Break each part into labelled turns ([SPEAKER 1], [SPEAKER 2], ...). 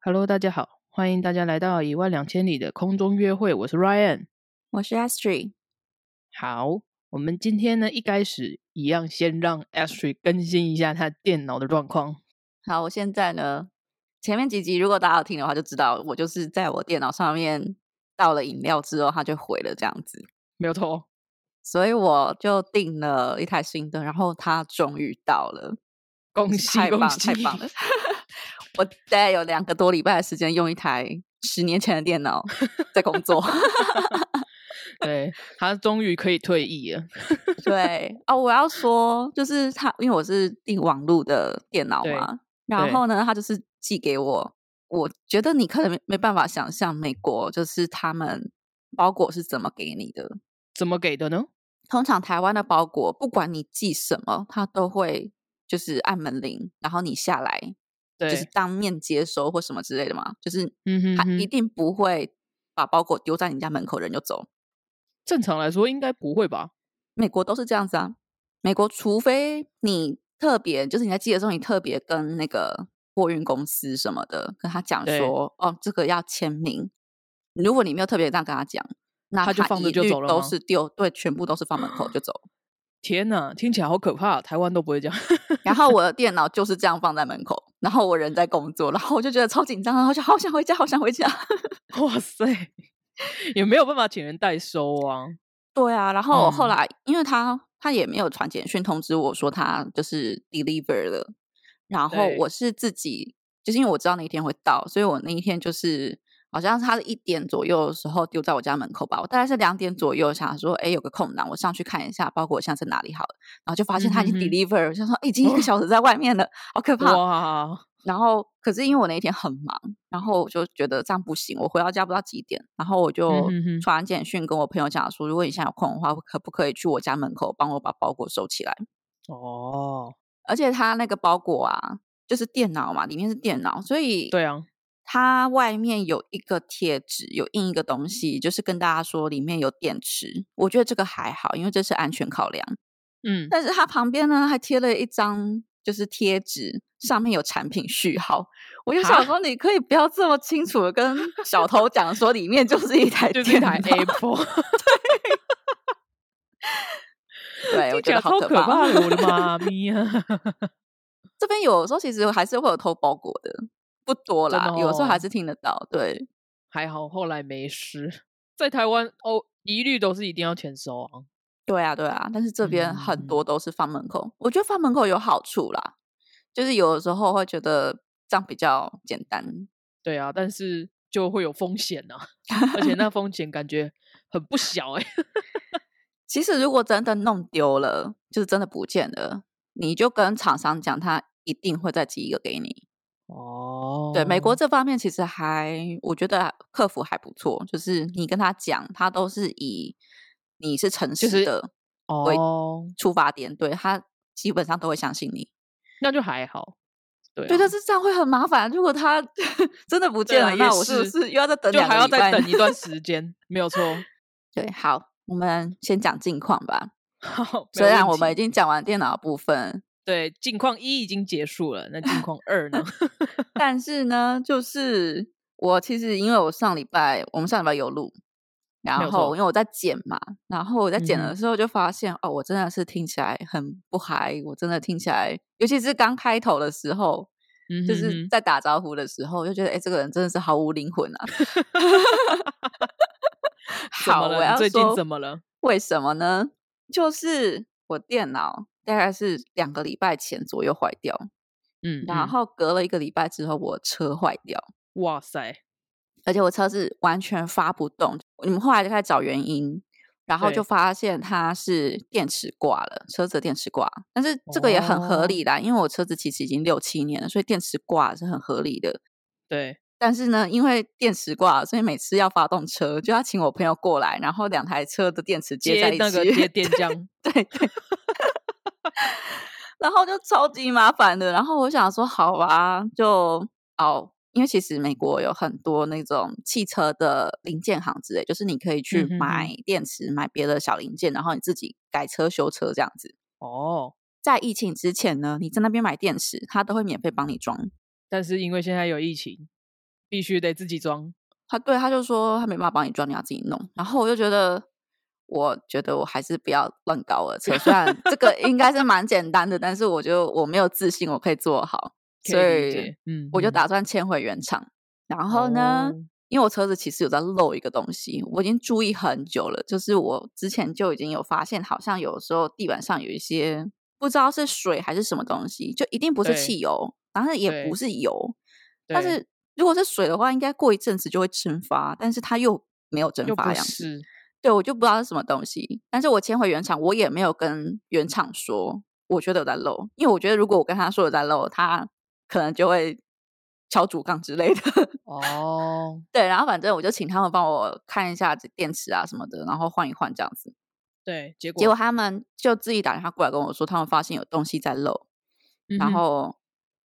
[SPEAKER 1] Hello，大家好，欢迎大家来到一万两千里的空中约会，我是 Ryan。
[SPEAKER 2] 我是 Astrid。
[SPEAKER 1] 好，我们今天呢，一开始一样先让 Astrid 更新一下他电脑的状况。
[SPEAKER 2] 好，我现在呢，前面几集如果大家有听的话，就知道我就是在我电脑上面倒了饮料之后，它就毁了这样子，
[SPEAKER 1] 没有错，
[SPEAKER 2] 所以我就订了一台新的，然后它终于到了，
[SPEAKER 1] 恭喜
[SPEAKER 2] 太
[SPEAKER 1] 恭
[SPEAKER 2] 棒
[SPEAKER 1] 喜！
[SPEAKER 2] 太棒 了！ 我大概有两个多礼拜的时间用一台十年前的电脑在工作。
[SPEAKER 1] 对他终于可以退役了。
[SPEAKER 2] 对哦，我要说，就是他，因为我是订网络的电脑
[SPEAKER 1] 对
[SPEAKER 2] 嘛，
[SPEAKER 1] 对
[SPEAKER 2] 然后呢，他就是寄给我。我觉得你可能没没办法想象美国就是他们包裹是怎么给你的。
[SPEAKER 1] 怎么给的呢？
[SPEAKER 2] 通常台湾的包裹，不管你寄什么，他都会就是按门铃，然后你下来
[SPEAKER 1] 对，
[SPEAKER 2] 就是当面接收或什么之类的嘛，就是
[SPEAKER 1] 嗯哼
[SPEAKER 2] 他
[SPEAKER 1] 哼
[SPEAKER 2] 一定不会把包裹丢在你家门口，人就走。
[SPEAKER 1] 正常来说应该不会吧？
[SPEAKER 2] 美国都是这样子啊。美国除非你特别，就是你在寄的时候，你特别跟那个货运公司什么的跟他讲
[SPEAKER 1] 对
[SPEAKER 2] 说，哦，这个要签名。如果你没有特别这样跟他讲，那
[SPEAKER 1] 他就放着
[SPEAKER 2] 一
[SPEAKER 1] 就
[SPEAKER 2] 律
[SPEAKER 1] 走了
[SPEAKER 2] 都
[SPEAKER 1] 吗
[SPEAKER 2] 是丢，对，全部都是放门口 就走。
[SPEAKER 1] 天哪，听起来好可怕！台湾都不会这样。
[SPEAKER 2] 然后我的电脑就是这样放在门口，然后我人在工作，然后我就觉得超紧张，然后就好想回家，好想回家。
[SPEAKER 1] 哇塞，也没有办法请人代收啊。
[SPEAKER 2] 对啊，然后我后
[SPEAKER 1] 嗯
[SPEAKER 2] 来、因为他他也没有传简讯通知我说他就是 deliver 了，然后
[SPEAKER 1] 对
[SPEAKER 2] 我是自己，就是因为我知道那一天会到，所以我那一天就是好像是他是一点左右的时候丢在我家门口吧，我大概是两点左右想说，哎，有个空档，我上去看一下包裹现在在哪里好了，然后就发现他已
[SPEAKER 1] 嗯
[SPEAKER 2] 经
[SPEAKER 1] 哼哼哦
[SPEAKER 2] deliver 了，我想说，哎，已经一个小时在外面了，好可怕。
[SPEAKER 1] 哇，
[SPEAKER 2] 然后可是因为我那一天很忙，然后我就觉得这样不行，我回到家不知道几点，然后我就
[SPEAKER 1] 嗯哼哼
[SPEAKER 2] 传简讯跟我朋友讲说，如果你现在有空的话，可不可以去我家门口帮我把包裹收起来？
[SPEAKER 1] 哦，
[SPEAKER 2] 而且他那个包裹啊，就是电脑嘛，里面是电脑，所以
[SPEAKER 1] 对啊，
[SPEAKER 2] 它外面有一个贴纸，有印一个
[SPEAKER 1] 嗯
[SPEAKER 2] 东西，就是跟大家说里面有电池。我觉得这个还好，因为这是安全考量。
[SPEAKER 1] 嗯，
[SPEAKER 2] 但是它旁边呢还贴了一张就是贴纸，上面有产品序号。我就
[SPEAKER 1] 哈
[SPEAKER 2] 想说，你可以不要这么清楚的跟小偷讲说里面就是一台
[SPEAKER 1] 就是一
[SPEAKER 2] 电脑，
[SPEAKER 1] 台 Apple，
[SPEAKER 2] 对，哎我
[SPEAKER 1] 听起
[SPEAKER 2] 觉
[SPEAKER 1] 来
[SPEAKER 2] 得
[SPEAKER 1] 超
[SPEAKER 2] 好
[SPEAKER 1] 可
[SPEAKER 2] 怕。
[SPEAKER 1] 怕的，我的妈咪啊！
[SPEAKER 2] 这边有时候其实还是会有偷包裹的，不多
[SPEAKER 1] 真的
[SPEAKER 2] 啦，有时候还
[SPEAKER 1] 哦
[SPEAKER 2] 是听得到。对，
[SPEAKER 1] 还好后来没事，在台湾哦，一律都是一定要签收啊。
[SPEAKER 2] 对啊，对啊，但是这边很
[SPEAKER 1] 嗯
[SPEAKER 2] 多都是放门口，我觉得放门口有好处啦，就是有的时候会觉得这样比较简单。
[SPEAKER 1] 对啊，但是就会有风险呐、而且那风险感觉很不小哎、
[SPEAKER 2] 其实如果真的弄丢了，就是真的不见了，你就跟厂商讲，他一定会再寄一个给你。
[SPEAKER 1] 哦
[SPEAKER 2] 对，美国这方面其实还，我觉得客服还不错，就是你跟他讲，他都是以你是诚
[SPEAKER 1] 就
[SPEAKER 2] 实
[SPEAKER 1] 是
[SPEAKER 2] 的
[SPEAKER 1] 哦，
[SPEAKER 2] 出发点，对他基本上都会相信你。
[SPEAKER 1] 那就还好。对啊、
[SPEAKER 2] 对，但是这样会很麻烦。如果他 真的不
[SPEAKER 1] 对
[SPEAKER 2] 见
[SPEAKER 1] 啊
[SPEAKER 2] 了，那
[SPEAKER 1] 也
[SPEAKER 2] 我是不
[SPEAKER 1] 是
[SPEAKER 2] 是又要再等
[SPEAKER 1] 就
[SPEAKER 2] 两
[SPEAKER 1] 还
[SPEAKER 2] 个
[SPEAKER 1] 要
[SPEAKER 2] 礼
[SPEAKER 1] 再
[SPEAKER 2] 拜呢？
[SPEAKER 1] 等一段时间，没 有错。
[SPEAKER 2] 对，好，我们先讲近况吧。
[SPEAKER 1] 好，没
[SPEAKER 2] 虽
[SPEAKER 1] 有
[SPEAKER 2] 然
[SPEAKER 1] 问
[SPEAKER 2] 我们已
[SPEAKER 1] 题
[SPEAKER 2] 经讲完电脑的部分，
[SPEAKER 1] 对近况一已经结束了，那近况二 呢？
[SPEAKER 2] 但是呢，就是我其实因为我上礼拜我们上礼拜有录，
[SPEAKER 1] 没有
[SPEAKER 2] 然
[SPEAKER 1] 错
[SPEAKER 2] 后因为我在剪嘛，然后我在剪
[SPEAKER 1] 嗯哼
[SPEAKER 2] 的时候就发现、哦，我真的是听起来很不嗨，我真的听起来，尤其是刚开头的时候，
[SPEAKER 1] 嗯
[SPEAKER 2] 就
[SPEAKER 1] 哼
[SPEAKER 2] 是
[SPEAKER 1] 哼
[SPEAKER 2] 在打招呼的时候，就觉得哎、诶这个人真的是毫无灵魂啊。
[SPEAKER 1] 怎么
[SPEAKER 2] 好，我
[SPEAKER 1] 了？
[SPEAKER 2] 要
[SPEAKER 1] 你最近
[SPEAKER 2] 说
[SPEAKER 1] 怎么了？
[SPEAKER 2] 为什么呢？就是我电脑大概是两个礼拜前左右坏掉，
[SPEAKER 1] 嗯，
[SPEAKER 2] 然
[SPEAKER 1] 嗯
[SPEAKER 2] 后隔了一个礼拜之后，我车坏掉，
[SPEAKER 1] 哇塞，
[SPEAKER 2] 而且我车是完全发不动。你们后来就开始找原因，然后
[SPEAKER 1] 对
[SPEAKER 2] 就发现它是电池挂了，车子的电池挂。但是这个也很合
[SPEAKER 1] 哦
[SPEAKER 2] 理啦，因为我车子其实已经六七年了，所以电池挂是很合理的。
[SPEAKER 1] 对，
[SPEAKER 2] 但是呢，因为电池挂了，所以每次要发动车，就要请我朋友过来，然后两台车的电池接在
[SPEAKER 1] 接
[SPEAKER 2] 一起，
[SPEAKER 1] 那个 接电浆，
[SPEAKER 2] 对对， 然后就超级麻烦的。然后我想说，好吧，就哦，因为其实美国有很多那种汽车的零件行之类，就是你可以去
[SPEAKER 1] 嗯哼
[SPEAKER 2] 买电池、买别的小零件，然后你自己改车、修车这样子。
[SPEAKER 1] 哦，
[SPEAKER 2] 在疫情之前呢，你在那边买电池，他都会免费帮你装。
[SPEAKER 1] 但是因为现在有疫情，必须得自己装。
[SPEAKER 2] 他对他就说他没办法帮你装，你要自己弄。然后我就觉得，我觉得我还是不要乱搞我的车，虽然这个应该是蛮简单的，但是我就我没有自信我可以做好，所
[SPEAKER 1] 可以理
[SPEAKER 2] 以
[SPEAKER 1] 解嗯，
[SPEAKER 2] 我就
[SPEAKER 1] 嗯
[SPEAKER 2] 打算迁回原厂。然后呢，
[SPEAKER 1] 哦
[SPEAKER 2] 因为我车子其实有在漏一个东西，我已经注意很久了，就是我之前就已经有发现，好像有时候地板上有一些不知道是水还是什么东西，就一定不是
[SPEAKER 1] 对
[SPEAKER 2] 汽油，然后也
[SPEAKER 1] 对
[SPEAKER 2] 不是油，但
[SPEAKER 1] 对
[SPEAKER 2] 是如果是水的话，应该过一阵子就会蒸发，但是它又没有蒸
[SPEAKER 1] 又
[SPEAKER 2] 发
[SPEAKER 1] 不
[SPEAKER 2] 的样子。
[SPEAKER 1] 是
[SPEAKER 2] 对，我就不知道是什么东西。但是我迁回原厂，我也没有跟原厂说，我觉得有在漏，因为我觉得如果我跟他说有在漏，他可能就会敲竹杠之类的。
[SPEAKER 1] 哦，
[SPEAKER 2] 对，然后反正我就请他们帮我看一下这电池啊什么的，然后换一换这样子。
[SPEAKER 1] 对，结果
[SPEAKER 2] 结果他们就自己打电话过来跟我说，他们发现有东西在漏，
[SPEAKER 1] 嗯
[SPEAKER 2] 然
[SPEAKER 1] 哼
[SPEAKER 2] 后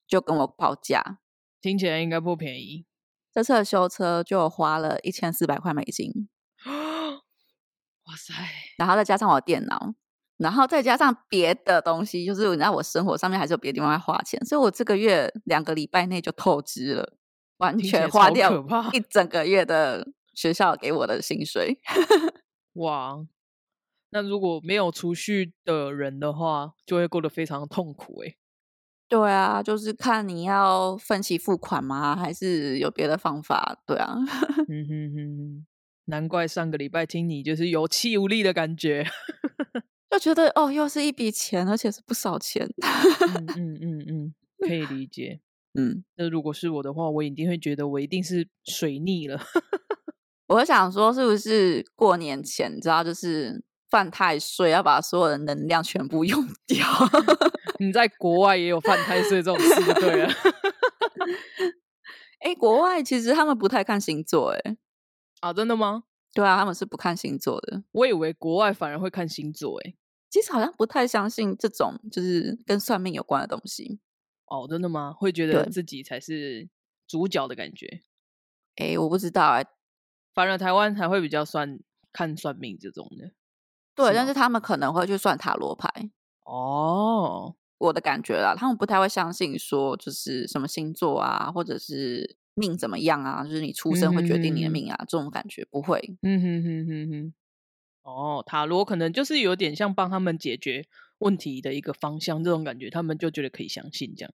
[SPEAKER 2] 就跟我报价。
[SPEAKER 1] 听起来应该不便宜，
[SPEAKER 2] 这次的修车就花了一千四百块美金，
[SPEAKER 1] 哦哇塞，
[SPEAKER 2] 然后再加上我的电脑，然后再加上别的东西，就是你知道我生活上面还是有别的地方要花钱，所以我这个月两个礼拜内就透支了，完
[SPEAKER 1] 听起来
[SPEAKER 2] 全花
[SPEAKER 1] 超可
[SPEAKER 2] 掉
[SPEAKER 1] 怕
[SPEAKER 2] 一整个月的学校给我的薪水。
[SPEAKER 1] 哇！那如果没有储蓄的人的话，就会过得非常痛苦欸 诶、
[SPEAKER 2] 对啊，就是看你要分期付款吗，还是有别的方法？对啊，
[SPEAKER 1] 嗯哼哼哼，难怪上个礼拜听你就是有气无力的感觉。
[SPEAKER 2] 就觉得哦，又是一笔钱，而且是不少钱。
[SPEAKER 1] 嗯嗯嗯嗯，可以理解。
[SPEAKER 2] 嗯，
[SPEAKER 1] 那如果是我的话，我一定会觉得我一定是水逆了。
[SPEAKER 2] 我想说，是不是过年前，你知道，就是犯太岁，要把所有的能量全部 用掉？
[SPEAKER 1] 你在国外也有犯太岁这种事，就对了。
[SPEAKER 2] 哎、国外其实他们不太看星座，哎，
[SPEAKER 1] 啊，真的吗？
[SPEAKER 2] 对啊，他们是不看星座的。
[SPEAKER 1] 我以为国外反而会看星座诶、
[SPEAKER 2] 其实好像不太相信这种就是跟算命有关的东西。
[SPEAKER 1] 哦，真的吗？会觉得
[SPEAKER 2] 对
[SPEAKER 1] 自己才是主角的感觉。
[SPEAKER 2] 哎、我不知道哎、
[SPEAKER 1] 反而台湾才会比较算看算命这种的。
[SPEAKER 2] 对，
[SPEAKER 1] 是
[SPEAKER 2] 但
[SPEAKER 1] 吗
[SPEAKER 2] 是他们可能会去算塔罗牌，
[SPEAKER 1] 哦，
[SPEAKER 2] 我的感觉啦，他们不太会相信说就是什么星座啊，或者是命怎么样啊，就是你出生会决定你的
[SPEAKER 1] 嗯
[SPEAKER 2] 命啊，这种感觉不会。
[SPEAKER 1] 嗯哼哼哼哼，哦，塔罗可能就是有点像帮他们解决问题的一个方向，这种感觉他们就觉得可以相信这样。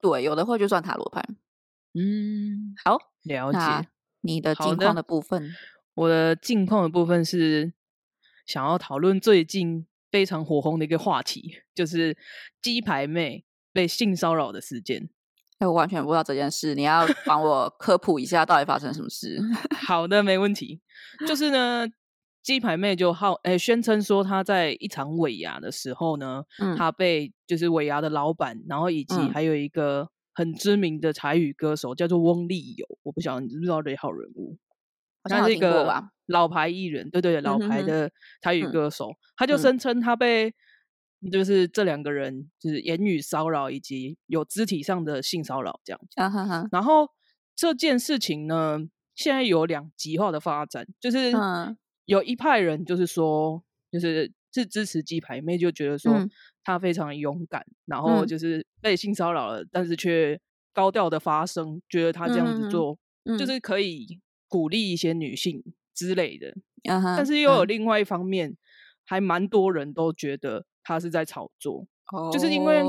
[SPEAKER 2] 对，有的会去算塔罗牌。
[SPEAKER 1] 嗯，
[SPEAKER 2] 好，
[SPEAKER 1] 了
[SPEAKER 2] 那
[SPEAKER 1] 解。
[SPEAKER 2] 你的
[SPEAKER 1] 好
[SPEAKER 2] 近
[SPEAKER 1] 的
[SPEAKER 2] 况的部分，
[SPEAKER 1] 我的近况的部分是想要讨论最近非常火红的一个话题，就是鸡排妹被性骚扰的事件。
[SPEAKER 2] 哎，我完全不知道这件事，你要帮我科普一下到底发生什么 事？
[SPEAKER 1] 好的，没问题。就是呢，鸡排妹就号诶、宣称说她在一场尾牙的时候呢，
[SPEAKER 2] 嗯
[SPEAKER 1] 她被就是尾牙的老板，然后以及
[SPEAKER 2] 嗯
[SPEAKER 1] 还有一个很知名的台语歌手叫做翁立友，我不晓得你知不知道这一号人物。
[SPEAKER 2] 好像
[SPEAKER 1] 他
[SPEAKER 2] 有
[SPEAKER 1] 是一
[SPEAKER 2] 听过
[SPEAKER 1] 个
[SPEAKER 2] 吧
[SPEAKER 1] 老牌艺人，对对，老
[SPEAKER 2] 嗯哼
[SPEAKER 1] 牌
[SPEAKER 2] 哼
[SPEAKER 1] 的台语
[SPEAKER 2] 嗯
[SPEAKER 1] 歌手，他就
[SPEAKER 2] 嗯
[SPEAKER 1] 声称他被就是这两个人就是言语骚扰以及有肢体上的性骚扰这样。
[SPEAKER 2] 啊哈哈，
[SPEAKER 1] 然后这件事情呢，现在有两极化的发展，就是
[SPEAKER 2] 嗯
[SPEAKER 1] 有一派人就是说，就是是支持鸡排妹，就觉得说
[SPEAKER 2] 嗯
[SPEAKER 1] 她非常勇敢，然后
[SPEAKER 2] 嗯
[SPEAKER 1] 就是被性骚扰了，但是却高调的发声，觉得她这样
[SPEAKER 2] 嗯哼
[SPEAKER 1] 子
[SPEAKER 2] 哼
[SPEAKER 1] 做、
[SPEAKER 2] 嗯，
[SPEAKER 1] 就是可以鼓励一些女性之类的。
[SPEAKER 2] 啊哈，
[SPEAKER 1] 但是又有
[SPEAKER 2] 嗯
[SPEAKER 1] 另外一方面，还蛮多人都觉得她是在炒作，
[SPEAKER 2] 哦
[SPEAKER 1] 就是因为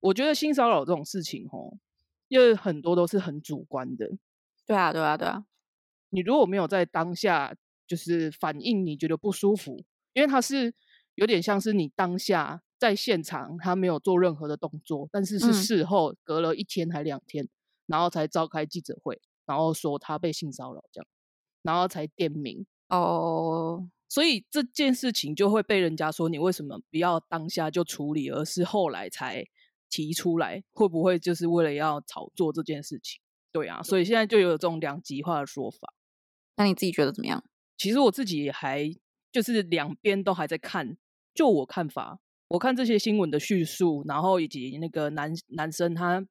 [SPEAKER 1] 我觉得性骚扰这种事情，哦，因为很多都是很主观的。
[SPEAKER 2] 对啊对啊对啊，
[SPEAKER 1] 你如果没有在当下就是反应，你觉得不舒服，因为它是有点像是你当下在现场，他没有做任何的动作，但是是
[SPEAKER 2] 嗯
[SPEAKER 1] 事后隔了一天还两天，然后才召开记者会，然后说他被性骚扰这样，然后才点名。
[SPEAKER 2] 哦，
[SPEAKER 1] 所以这件事情就会被人家说你为什么不要当下就处理，而是后来才提出来，会不会就是为了要炒作这件事情？对啊，所以现在就有这种两极化的说法。
[SPEAKER 2] 那你自己觉得怎么样？
[SPEAKER 1] 其实我自己也还就是两边都还在看。就我看法，我看这些新闻的叙述，然后以及那个男男生他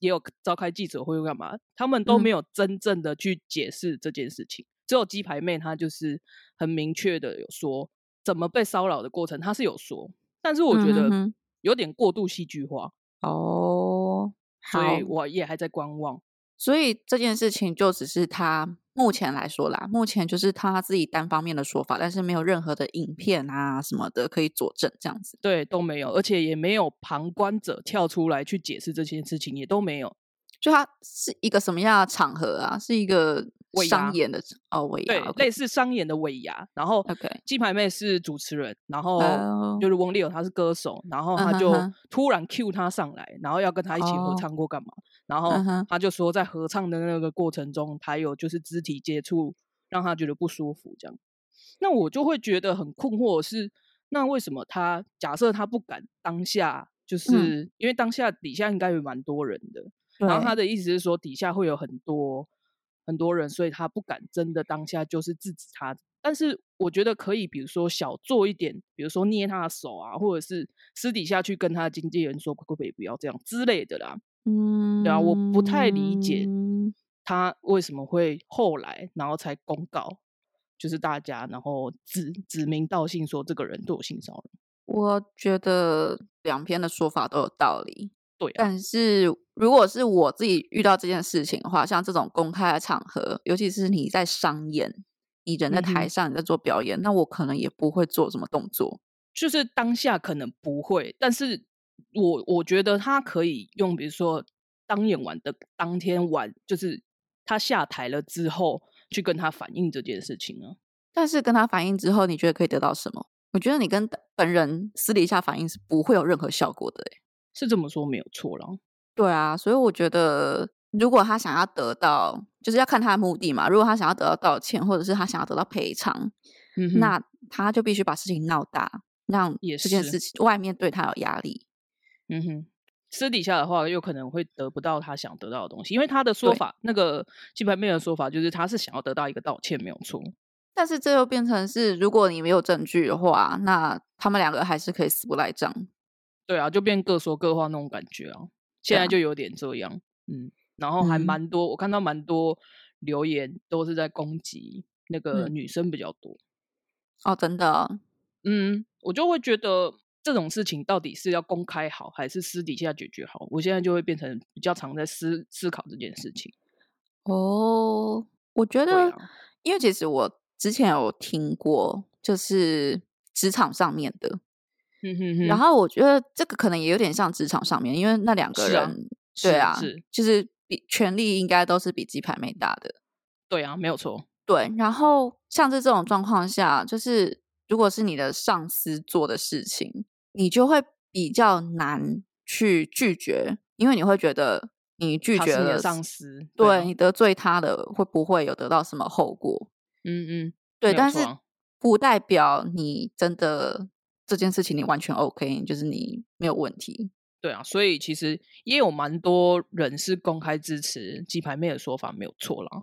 [SPEAKER 1] 也有召开记者会干嘛，他们都没
[SPEAKER 2] 嗯
[SPEAKER 1] 有真正的去解释这件事情。只有鸡排妹她就是很明确的有说怎么被骚扰的过程，她是有说，但是我觉
[SPEAKER 2] 嗯哼
[SPEAKER 1] 得
[SPEAKER 2] 哼
[SPEAKER 1] 有点过度戏剧化，
[SPEAKER 2] 哦，
[SPEAKER 1] 所
[SPEAKER 2] 好
[SPEAKER 1] 以，我也还在观望。
[SPEAKER 2] 所以这件事情就只是他目前来说啦，目前就是他自己单方面的说法，但是没有任何的影片啊什么的可以佐证这样子。
[SPEAKER 1] 对，都没有，而且也没有旁观者跳出来去解释这件事情，也都没有。
[SPEAKER 2] 就他是一个什么样的场合啊？是一个
[SPEAKER 1] 尾牙
[SPEAKER 2] 商演的哦，尾
[SPEAKER 1] 对
[SPEAKER 2] 牙，
[SPEAKER 1] 类似商演的尾牙，然后
[SPEAKER 2] OK
[SPEAKER 1] 鸡排妹是主持人，然后
[SPEAKER 2] 哦
[SPEAKER 1] 就是翁立友她是歌手，然后
[SPEAKER 2] 嗯
[SPEAKER 1] 她
[SPEAKER 2] 哼
[SPEAKER 1] 就
[SPEAKER 2] 哼
[SPEAKER 1] 突然 cue 她上来，然后要跟她一起合
[SPEAKER 2] 哦
[SPEAKER 1] 唱过干嘛？然后
[SPEAKER 2] 嗯哼
[SPEAKER 1] 她就说在合唱的那个过程中，她有就是肢体接触让她觉得不舒服这样。那我就会觉得很困惑的是，那为什么她假设她不敢当下，
[SPEAKER 2] 嗯
[SPEAKER 1] 就是、因为当下底下应该有蛮多人的，然后他
[SPEAKER 2] 对
[SPEAKER 1] 的意思是说，底下会有很多很多人，所以他不敢真的当下就是制止他。但是我觉得可以，比如说小做一点，比如说捏他的手啊，或者是私底下去跟他的经纪人说，可不可以不要这样之类的啦。
[SPEAKER 2] 嗯，
[SPEAKER 1] 对啊，我不太理解他为什么会后来，然后才公告，就是大家然后指指名道姓说这个人对我性骚扰。
[SPEAKER 2] 我觉得两边的说法都有道理，
[SPEAKER 1] 对啊，
[SPEAKER 2] 但是如果是我自己遇到这件事情的话，像这种公开的场合，尤其是你在商演，你人在
[SPEAKER 1] 嗯哼
[SPEAKER 2] 台上，你在做表演，那我可能也不会做什么动作。
[SPEAKER 1] 就是当下可能不会，但是我我觉得他可以用，比如说当演完的当天晚，就是他下台了之后，去跟他反映这件事情啊。
[SPEAKER 2] 但是跟他反映之后，你觉得可以得到什么？我觉得你跟本人私底下反映是不会有任何效果的、欸。
[SPEAKER 1] 是这么说没有错啦，
[SPEAKER 2] 对啊，所以我觉得，如果他想要得到，就是要看他的目的嘛。如果他想要得到道歉，或者是他想要得到赔偿，
[SPEAKER 1] 嗯哼，
[SPEAKER 2] 那他就必须把事情闹大，让
[SPEAKER 1] 也
[SPEAKER 2] 这件
[SPEAKER 1] 是
[SPEAKER 2] 事情外面对他有压力。
[SPEAKER 1] 嗯哼，私底下的话，有可能会得不到他想得到的东西，因为他的说
[SPEAKER 2] 对
[SPEAKER 1] 法，那个基本面的说法就是他是想要得到一个道歉，没有错。
[SPEAKER 2] 但是这又变成是，如果你没有证据的话，那他们两个还是可以死不赖账。
[SPEAKER 1] 对啊，就变各说各话那种感觉啊。现
[SPEAKER 2] 对
[SPEAKER 1] 在
[SPEAKER 2] 啊
[SPEAKER 1] 就有点这样，嗯，然后还
[SPEAKER 2] 嗯
[SPEAKER 1] 蛮多，我看到蛮多留言都是在攻击那个
[SPEAKER 2] 嗯
[SPEAKER 1] 女生比较多。
[SPEAKER 2] 哦，真的哦，
[SPEAKER 1] 嗯，我就会觉得这种事情到底是要公开好，还是私底下解决好？我现在就会变成比较常在思思考这件事情。
[SPEAKER 2] 哦，我觉
[SPEAKER 1] 对
[SPEAKER 2] 得，
[SPEAKER 1] 啊
[SPEAKER 2] 因为其实我之前有听过，就是职场上面的，
[SPEAKER 1] 嗯哼哼，
[SPEAKER 2] 然后我觉得这个可能也有点像职场上面，因为那两个
[SPEAKER 1] 是啊
[SPEAKER 2] 人，对
[SPEAKER 1] 是
[SPEAKER 2] 啊，
[SPEAKER 1] 是
[SPEAKER 2] 就是比权力应该都是比鸡排妹大的。
[SPEAKER 1] 对啊，没有错。
[SPEAKER 2] 对，然后像在这种状况下，就是如果是你的上司做的事情，你就会比较难去拒绝，因为你会觉得你拒
[SPEAKER 1] 他
[SPEAKER 2] 绝
[SPEAKER 1] 是你的
[SPEAKER 2] 了，
[SPEAKER 1] 上司，
[SPEAKER 2] 对
[SPEAKER 1] 啊
[SPEAKER 2] 你得罪他了，会不会有得到什么后果？
[SPEAKER 1] 嗯嗯，
[SPEAKER 2] 对，
[SPEAKER 1] 没有
[SPEAKER 2] 但
[SPEAKER 1] 错
[SPEAKER 2] 是
[SPEAKER 1] 啊
[SPEAKER 2] 不代表你真的这件事情你完全 OK，就是你没有问题。
[SPEAKER 1] 对啊，所以其实也有蛮多人是公开支持鸡排妹的说法，没有错啦。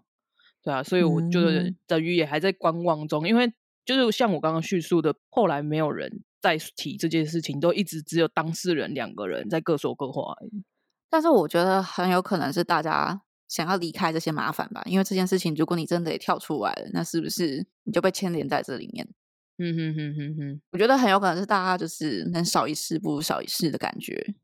[SPEAKER 1] 对啊，所以我就是
[SPEAKER 2] 嗯
[SPEAKER 1] 等于也还在观望中，因为就是像我刚刚叙述的，后来没有人再提这件事情，都一直只有当事人两个人在各说各话而已。
[SPEAKER 2] 但是我觉得很有可能是大家想要离开这些麻烦吧，因为这件事情，如果你真的也跳出来了，那是不是你就被牵连在这里面？
[SPEAKER 1] 嗯哼哼哼哼，
[SPEAKER 2] 我觉得很有可能是大家就是能少一事不如少一事的感觉。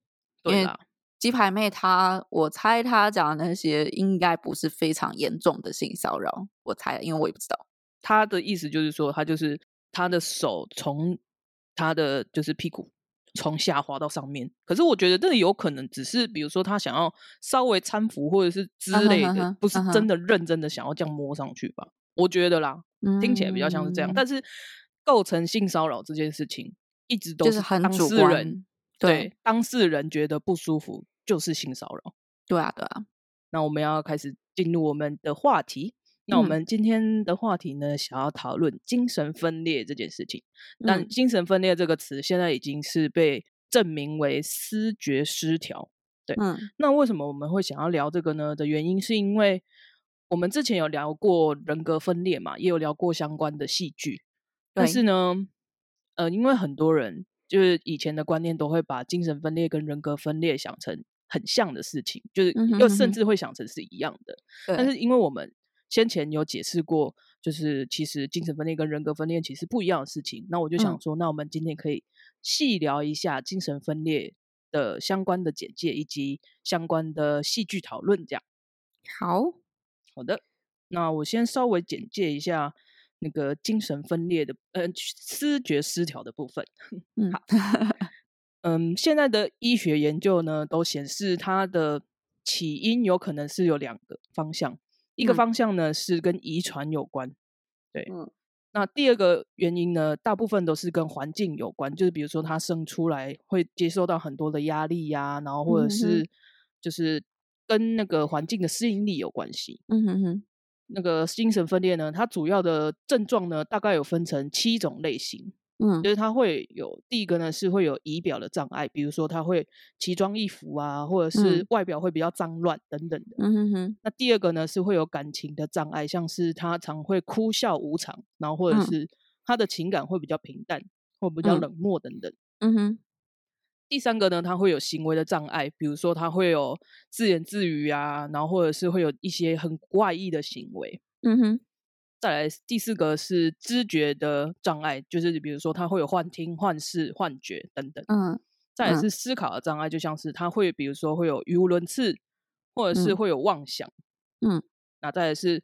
[SPEAKER 2] 因
[SPEAKER 1] 对
[SPEAKER 2] 为
[SPEAKER 1] 啦，
[SPEAKER 2] 鸡排妹她，我猜她讲的那些应该不是非常严重的性骚扰，我猜，因为我也不知道。
[SPEAKER 1] 他的意思就是说，他就是他的手从他的就是屁股从下滑到上面。可是我觉得这有可能只是，比如说他想要稍微搀扶或者是之
[SPEAKER 2] 嗯哼
[SPEAKER 1] 类的，
[SPEAKER 2] 嗯哼
[SPEAKER 1] 不是
[SPEAKER 2] 嗯哼
[SPEAKER 1] 真的认真的想要这样摸上去吧？我觉得啦，听起来比较像是这样。
[SPEAKER 2] 嗯
[SPEAKER 1] 但是构成性骚扰这件事情，一直都
[SPEAKER 2] 就是很
[SPEAKER 1] 当
[SPEAKER 2] 主
[SPEAKER 1] 事
[SPEAKER 2] 观
[SPEAKER 1] 人
[SPEAKER 2] 对
[SPEAKER 1] 当事人觉得不舒服就是性骚扰。
[SPEAKER 2] 对啊，对啊，
[SPEAKER 1] 那我们要开始进入我们的话题。那我
[SPEAKER 2] 嗯
[SPEAKER 1] 们今天的话题呢，想要讨论精神分裂这件事情。但
[SPEAKER 2] 嗯
[SPEAKER 1] 精神分裂这个词现在已经是被证明为思觉失调。
[SPEAKER 2] 嗯
[SPEAKER 1] 那为什么我们会想要聊这个呢？的原因是因为我们之前有聊过人格分裂嘛，也有聊过相关的戏剧。但
[SPEAKER 2] 对
[SPEAKER 1] 是呢，呃，因为很多人就是以前的观念都会把精神分裂跟人格分裂想成很像的事情，就是
[SPEAKER 2] 嗯哼
[SPEAKER 1] 又
[SPEAKER 2] 哼
[SPEAKER 1] 甚
[SPEAKER 2] 哼
[SPEAKER 1] 至会想成是一样的。
[SPEAKER 2] 对，
[SPEAKER 1] 但是因为我们先前有解释过，就是其实精神分裂跟人格分裂其实不一样的事情。那我就想
[SPEAKER 2] 嗯
[SPEAKER 1] 说，那我们今天可以细聊一下精神分裂的相关的简介以及相关的戏剧讨论，这样。
[SPEAKER 2] 好，
[SPEAKER 1] 好的，那我先稍微简介一下那个精神分裂的，呃，思觉失调的部分。
[SPEAKER 2] 嗯，
[SPEAKER 1] 嗯，现在的医学研究呢，都显示它的起因有可能是有两个方向，一个
[SPEAKER 2] 嗯
[SPEAKER 1] 方向呢是跟遗传有关，对，
[SPEAKER 2] 嗯
[SPEAKER 1] 那第二个原因呢，大部分都是跟环境有关，就是比如说他生出来会接受到很多的压力呀、然后或
[SPEAKER 2] 嗯哼
[SPEAKER 1] 者是就是跟那个环境的适应力有关系。
[SPEAKER 2] 嗯哼哼，
[SPEAKER 1] 那个精神分裂呢，它主要的症状呢，大概有分成七种类型。
[SPEAKER 2] 嗯
[SPEAKER 1] 就是他会有第一个呢是会有仪表的障碍，比如说他会奇装异服啊，或者是
[SPEAKER 2] 嗯
[SPEAKER 1] 外表会比较脏乱等等的。
[SPEAKER 2] 嗯哼哼，
[SPEAKER 1] 那第二个呢是会有感情的障碍，像是他常会哭笑无常，然后或者
[SPEAKER 2] 嗯
[SPEAKER 1] 是他的情感会比较平淡或比较
[SPEAKER 2] 嗯
[SPEAKER 1] 冷漠等等。
[SPEAKER 2] 嗯哼，
[SPEAKER 1] 第三个呢，他会有行为的障碍，比如说他会有自言自语啊，然后或者是会有一些很怪异的行为。
[SPEAKER 2] 嗯哼，
[SPEAKER 1] 再来第四个是知觉的障碍，就是比如说他会有幻听、幻视、幻觉等等。
[SPEAKER 2] 嗯
[SPEAKER 1] 再来
[SPEAKER 2] 嗯
[SPEAKER 1] 是思考的障碍，就像是他会比如说会有语无伦次，或者是
[SPEAKER 2] 嗯
[SPEAKER 1] 会有妄想。
[SPEAKER 2] 嗯，
[SPEAKER 1] 那再来是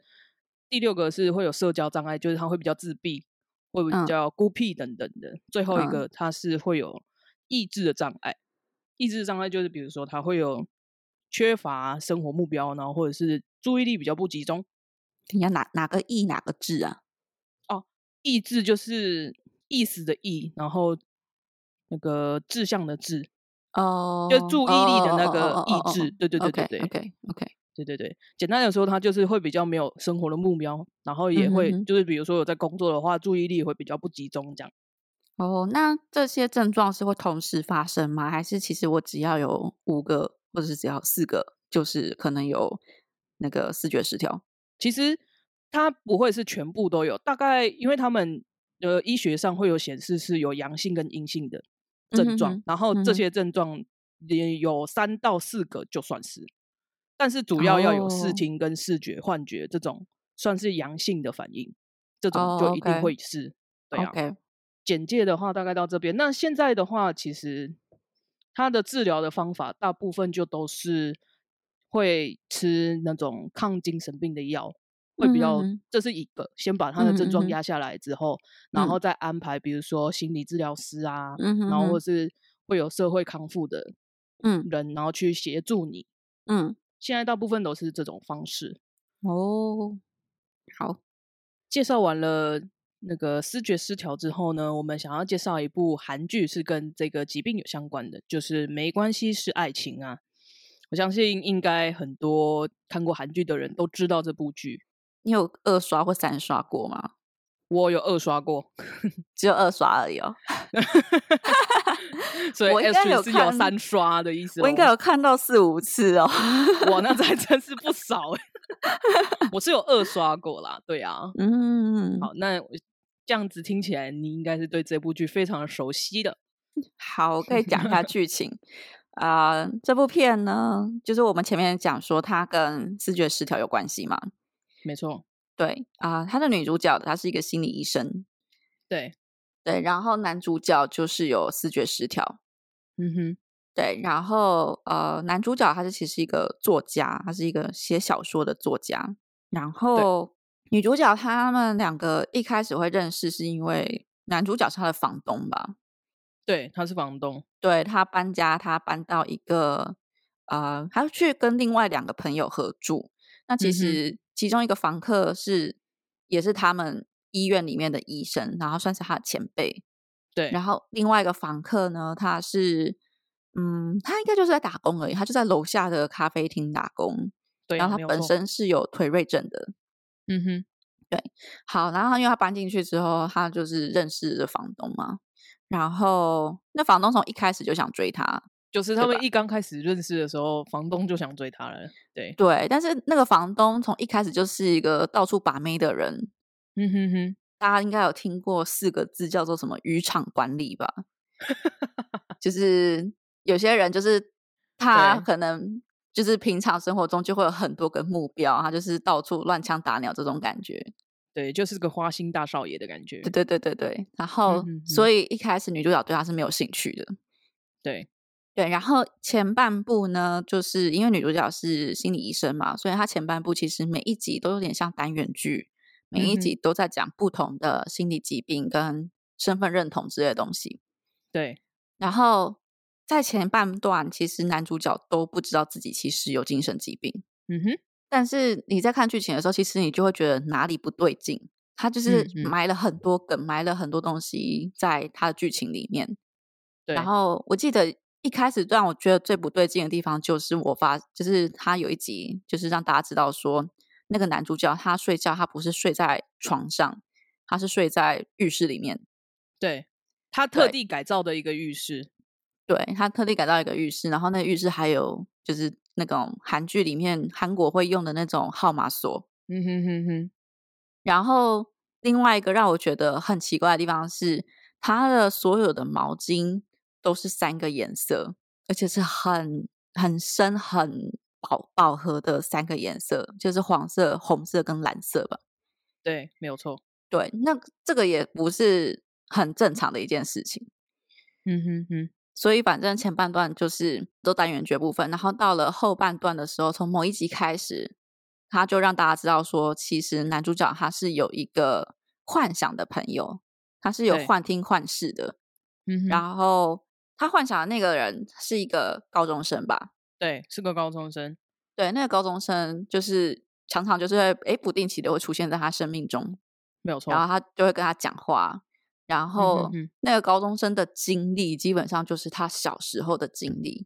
[SPEAKER 1] 第六个是会有社交障碍，就是他会比较自闭，会比
[SPEAKER 2] 嗯
[SPEAKER 1] 较孤僻等等的。最后一
[SPEAKER 2] 嗯
[SPEAKER 1] 个他是会有意志的障碍，意志障碍就是比如说他会有缺乏生活目标，然后或者是注意力比较不集中。
[SPEAKER 2] 等一下哪哪个意哪个字啊？
[SPEAKER 1] 意志就是意思的意，然后那个志向的志，
[SPEAKER 2] 哦，
[SPEAKER 1] 就注意力的那
[SPEAKER 2] 哦
[SPEAKER 1] 个
[SPEAKER 2] 哦哦
[SPEAKER 1] 意
[SPEAKER 2] 哦哦
[SPEAKER 1] 志
[SPEAKER 2] 哦
[SPEAKER 1] 对对对对
[SPEAKER 2] OK，
[SPEAKER 1] 对
[SPEAKER 2] ，OK OK，
[SPEAKER 1] 对对对，简单的说，他就是会比较没有生活的目标，然后也
[SPEAKER 2] 嗯哼
[SPEAKER 1] 会、
[SPEAKER 2] 哼
[SPEAKER 1] 就是比如说有在工作的话，注意力会比较不集中这样。
[SPEAKER 2] 哦，那这些症状是会同时发生吗？还是其实我只要有五个，或者是只要四个，就是可能有那个视觉失调？
[SPEAKER 1] 其实它不会是全部都有，大概因为他们呃医学上会有显示是有阳性跟阴性的
[SPEAKER 2] 嗯哼
[SPEAKER 1] 症状，
[SPEAKER 2] 哼
[SPEAKER 1] 然后
[SPEAKER 2] 嗯
[SPEAKER 1] 这
[SPEAKER 2] 哼
[SPEAKER 1] 些症状也有三到四个就算是，但是主要要有视
[SPEAKER 2] 哦
[SPEAKER 1] 听跟视觉、幻觉这种算是阳性的反应，这种
[SPEAKER 2] 哦
[SPEAKER 1] 就一定
[SPEAKER 2] ，OK
[SPEAKER 1] 会是，对啊。
[SPEAKER 2] OK，
[SPEAKER 1] 简介的话大概到这边。那现在的话，其实它的治疗的方法大部分就都是会吃那种抗精神病的药，会比较、
[SPEAKER 2] 嗯哼哼
[SPEAKER 1] 这是一个先把他的症
[SPEAKER 2] 嗯嗯
[SPEAKER 1] 状
[SPEAKER 2] 哼
[SPEAKER 1] 压下来之后，然后
[SPEAKER 2] 嗯
[SPEAKER 1] 再安排比如说心理治疗师啊，
[SPEAKER 2] 嗯哼
[SPEAKER 1] 然后或
[SPEAKER 2] 哼，
[SPEAKER 1] 是会有社会康复的
[SPEAKER 2] 嗯
[SPEAKER 1] 人，然后去协助你。
[SPEAKER 2] 嗯，
[SPEAKER 1] 现在大部分都是这种方式。
[SPEAKER 2] 哦，好，
[SPEAKER 1] 介绍完了那个视觉失调之后呢，我们想要介绍一部韩剧，是跟这个疾病有相关的，就是《没关系是爱情》啊。我相信应该很多看过韩剧的人都知道这部剧，
[SPEAKER 2] 你有二刷或三刷过吗？
[SPEAKER 1] 我有二刷过，
[SPEAKER 2] 只有二刷而已哦。
[SPEAKER 1] 所以
[SPEAKER 2] 我应该
[SPEAKER 1] S
[SPEAKER 2] 有
[SPEAKER 1] 是有
[SPEAKER 2] 看
[SPEAKER 1] 三刷的意思、哦。
[SPEAKER 2] 我应该有看到四五次哦。
[SPEAKER 1] 哇，那这还真是不少哎、 我是有二刷过啦，对啊。
[SPEAKER 2] 嗯，
[SPEAKER 1] 好，那我这样子听起来，你应该是对这部剧非常的熟悉的。
[SPEAKER 2] 好，我可以讲一下剧情。啊、这部片呢，就是我们前面讲说它跟视觉失调有关系嘛。
[SPEAKER 1] 没错，
[SPEAKER 2] 对啊、它的女主角她是一个心理医生，
[SPEAKER 1] 对，
[SPEAKER 2] 对，然后男主角就是有视觉失调，
[SPEAKER 1] 嗯哼。
[SPEAKER 2] 对，然后呃，男主角他是其实一个作家，他是一个写小说的作家。然后女主角他们两个一开始会认识，是因为男主角是他的房东吧？
[SPEAKER 1] 对，他是房东。
[SPEAKER 2] 对他搬家，他搬到一个呃，他去跟另外两个朋友合住。那
[SPEAKER 1] 嗯
[SPEAKER 2] 其
[SPEAKER 1] 哼
[SPEAKER 2] 实其中一个房客是也是他们医院里面的医生，然后算是他的前辈。
[SPEAKER 1] 对，
[SPEAKER 2] 然后另外一个房客呢，他是嗯，他应该就是在打工而已，他就在楼下的咖啡厅打工。
[SPEAKER 1] 对
[SPEAKER 2] 然
[SPEAKER 1] 啊，
[SPEAKER 2] 后
[SPEAKER 1] 没
[SPEAKER 2] 他
[SPEAKER 1] 有
[SPEAKER 2] 本
[SPEAKER 1] 错。
[SPEAKER 2] 身是有腿锐症的，
[SPEAKER 1] 嗯哼，
[SPEAKER 2] 好，然后他因为他搬进去之后，他就是认识了房东嘛。然后那房东从一开始就想追他，
[SPEAKER 1] 就是
[SPEAKER 2] 对
[SPEAKER 1] 他们
[SPEAKER 2] 吧
[SPEAKER 1] 一刚开始认识的时候，房东就想追他了。对，
[SPEAKER 2] 对，但是那个房东从一开始就是一个到处把妹的人，
[SPEAKER 1] 嗯哼哼，
[SPEAKER 2] 大家应该有听过四个字叫做什么“渔场管理” 吧？就是有些人就是他
[SPEAKER 1] 对
[SPEAKER 2] 可能就是平常生活中就会有很多个目标，他就是到处乱枪打鸟这种感觉。
[SPEAKER 1] 对，就是个花心大少爷的感觉
[SPEAKER 2] 对。对对对对，然后
[SPEAKER 1] 嗯哼
[SPEAKER 2] 所以一开始女主角对他是没有兴趣的，
[SPEAKER 1] 对，
[SPEAKER 2] 对，然后前半部呢，就是因为女主角是心理医生嘛，所以她前半部其实每一集都有点像单元剧，每
[SPEAKER 1] 嗯
[SPEAKER 2] 一
[SPEAKER 1] 哼
[SPEAKER 2] 集都在讲不同的心理疾病跟身份认同之类的东西。
[SPEAKER 1] 对，
[SPEAKER 2] 然后在前半段，其实男主角都不知道自己其实有精神疾病，
[SPEAKER 1] 嗯哼，
[SPEAKER 2] 但是你在看剧情的时候，其实你就会觉得哪里不对劲。他就是
[SPEAKER 1] 嗯嗯
[SPEAKER 2] 埋了很多梗，埋了很多东西在他的剧情里面。
[SPEAKER 1] 对，
[SPEAKER 2] 然后我记得一开始让我觉得最不对劲的地方，就是我发，就是他有一集就是让大家知道说，那个男主角他睡觉，他不是睡在床上，他是睡在浴室里面。
[SPEAKER 1] 对他特
[SPEAKER 2] 对
[SPEAKER 1] 地改造的一个浴室，
[SPEAKER 2] 对他特地改造一个浴室，然后那个浴室还有就是那种韩剧里面韩国会用的那种号码锁。
[SPEAKER 1] 嗯哼哼哼，
[SPEAKER 2] 然后另外一个让我觉得很奇怪的地方是，它的所有的毛巾都是三个颜色，而且是很很深、很饱饱和的三个颜色，就是黄色、红色跟蓝色吧。
[SPEAKER 1] 对，没有错，
[SPEAKER 2] 对，那这个也不是很正常的一件事情。
[SPEAKER 1] 嗯哼哼，
[SPEAKER 2] 所以反正前半段就是都单元剧的部分，然后到了后半段的时候，从某一集开始，他就让大家知道说，其实男主角他是有一个幻想的朋友，他是有
[SPEAKER 1] 对
[SPEAKER 2] 幻听幻视的，
[SPEAKER 1] 嗯哼，
[SPEAKER 2] 然后他幻想的那个人是一个高中生吧？
[SPEAKER 1] 对，是个高中生，
[SPEAKER 2] 对，那个高中生就是常常就是会诶不定期的会出现在他生命中，
[SPEAKER 1] 没有错，
[SPEAKER 2] 然后他就会跟他讲话。然后
[SPEAKER 1] 哦嗯哼
[SPEAKER 2] 那个高中生的经历，基本上就是他小时候的经历，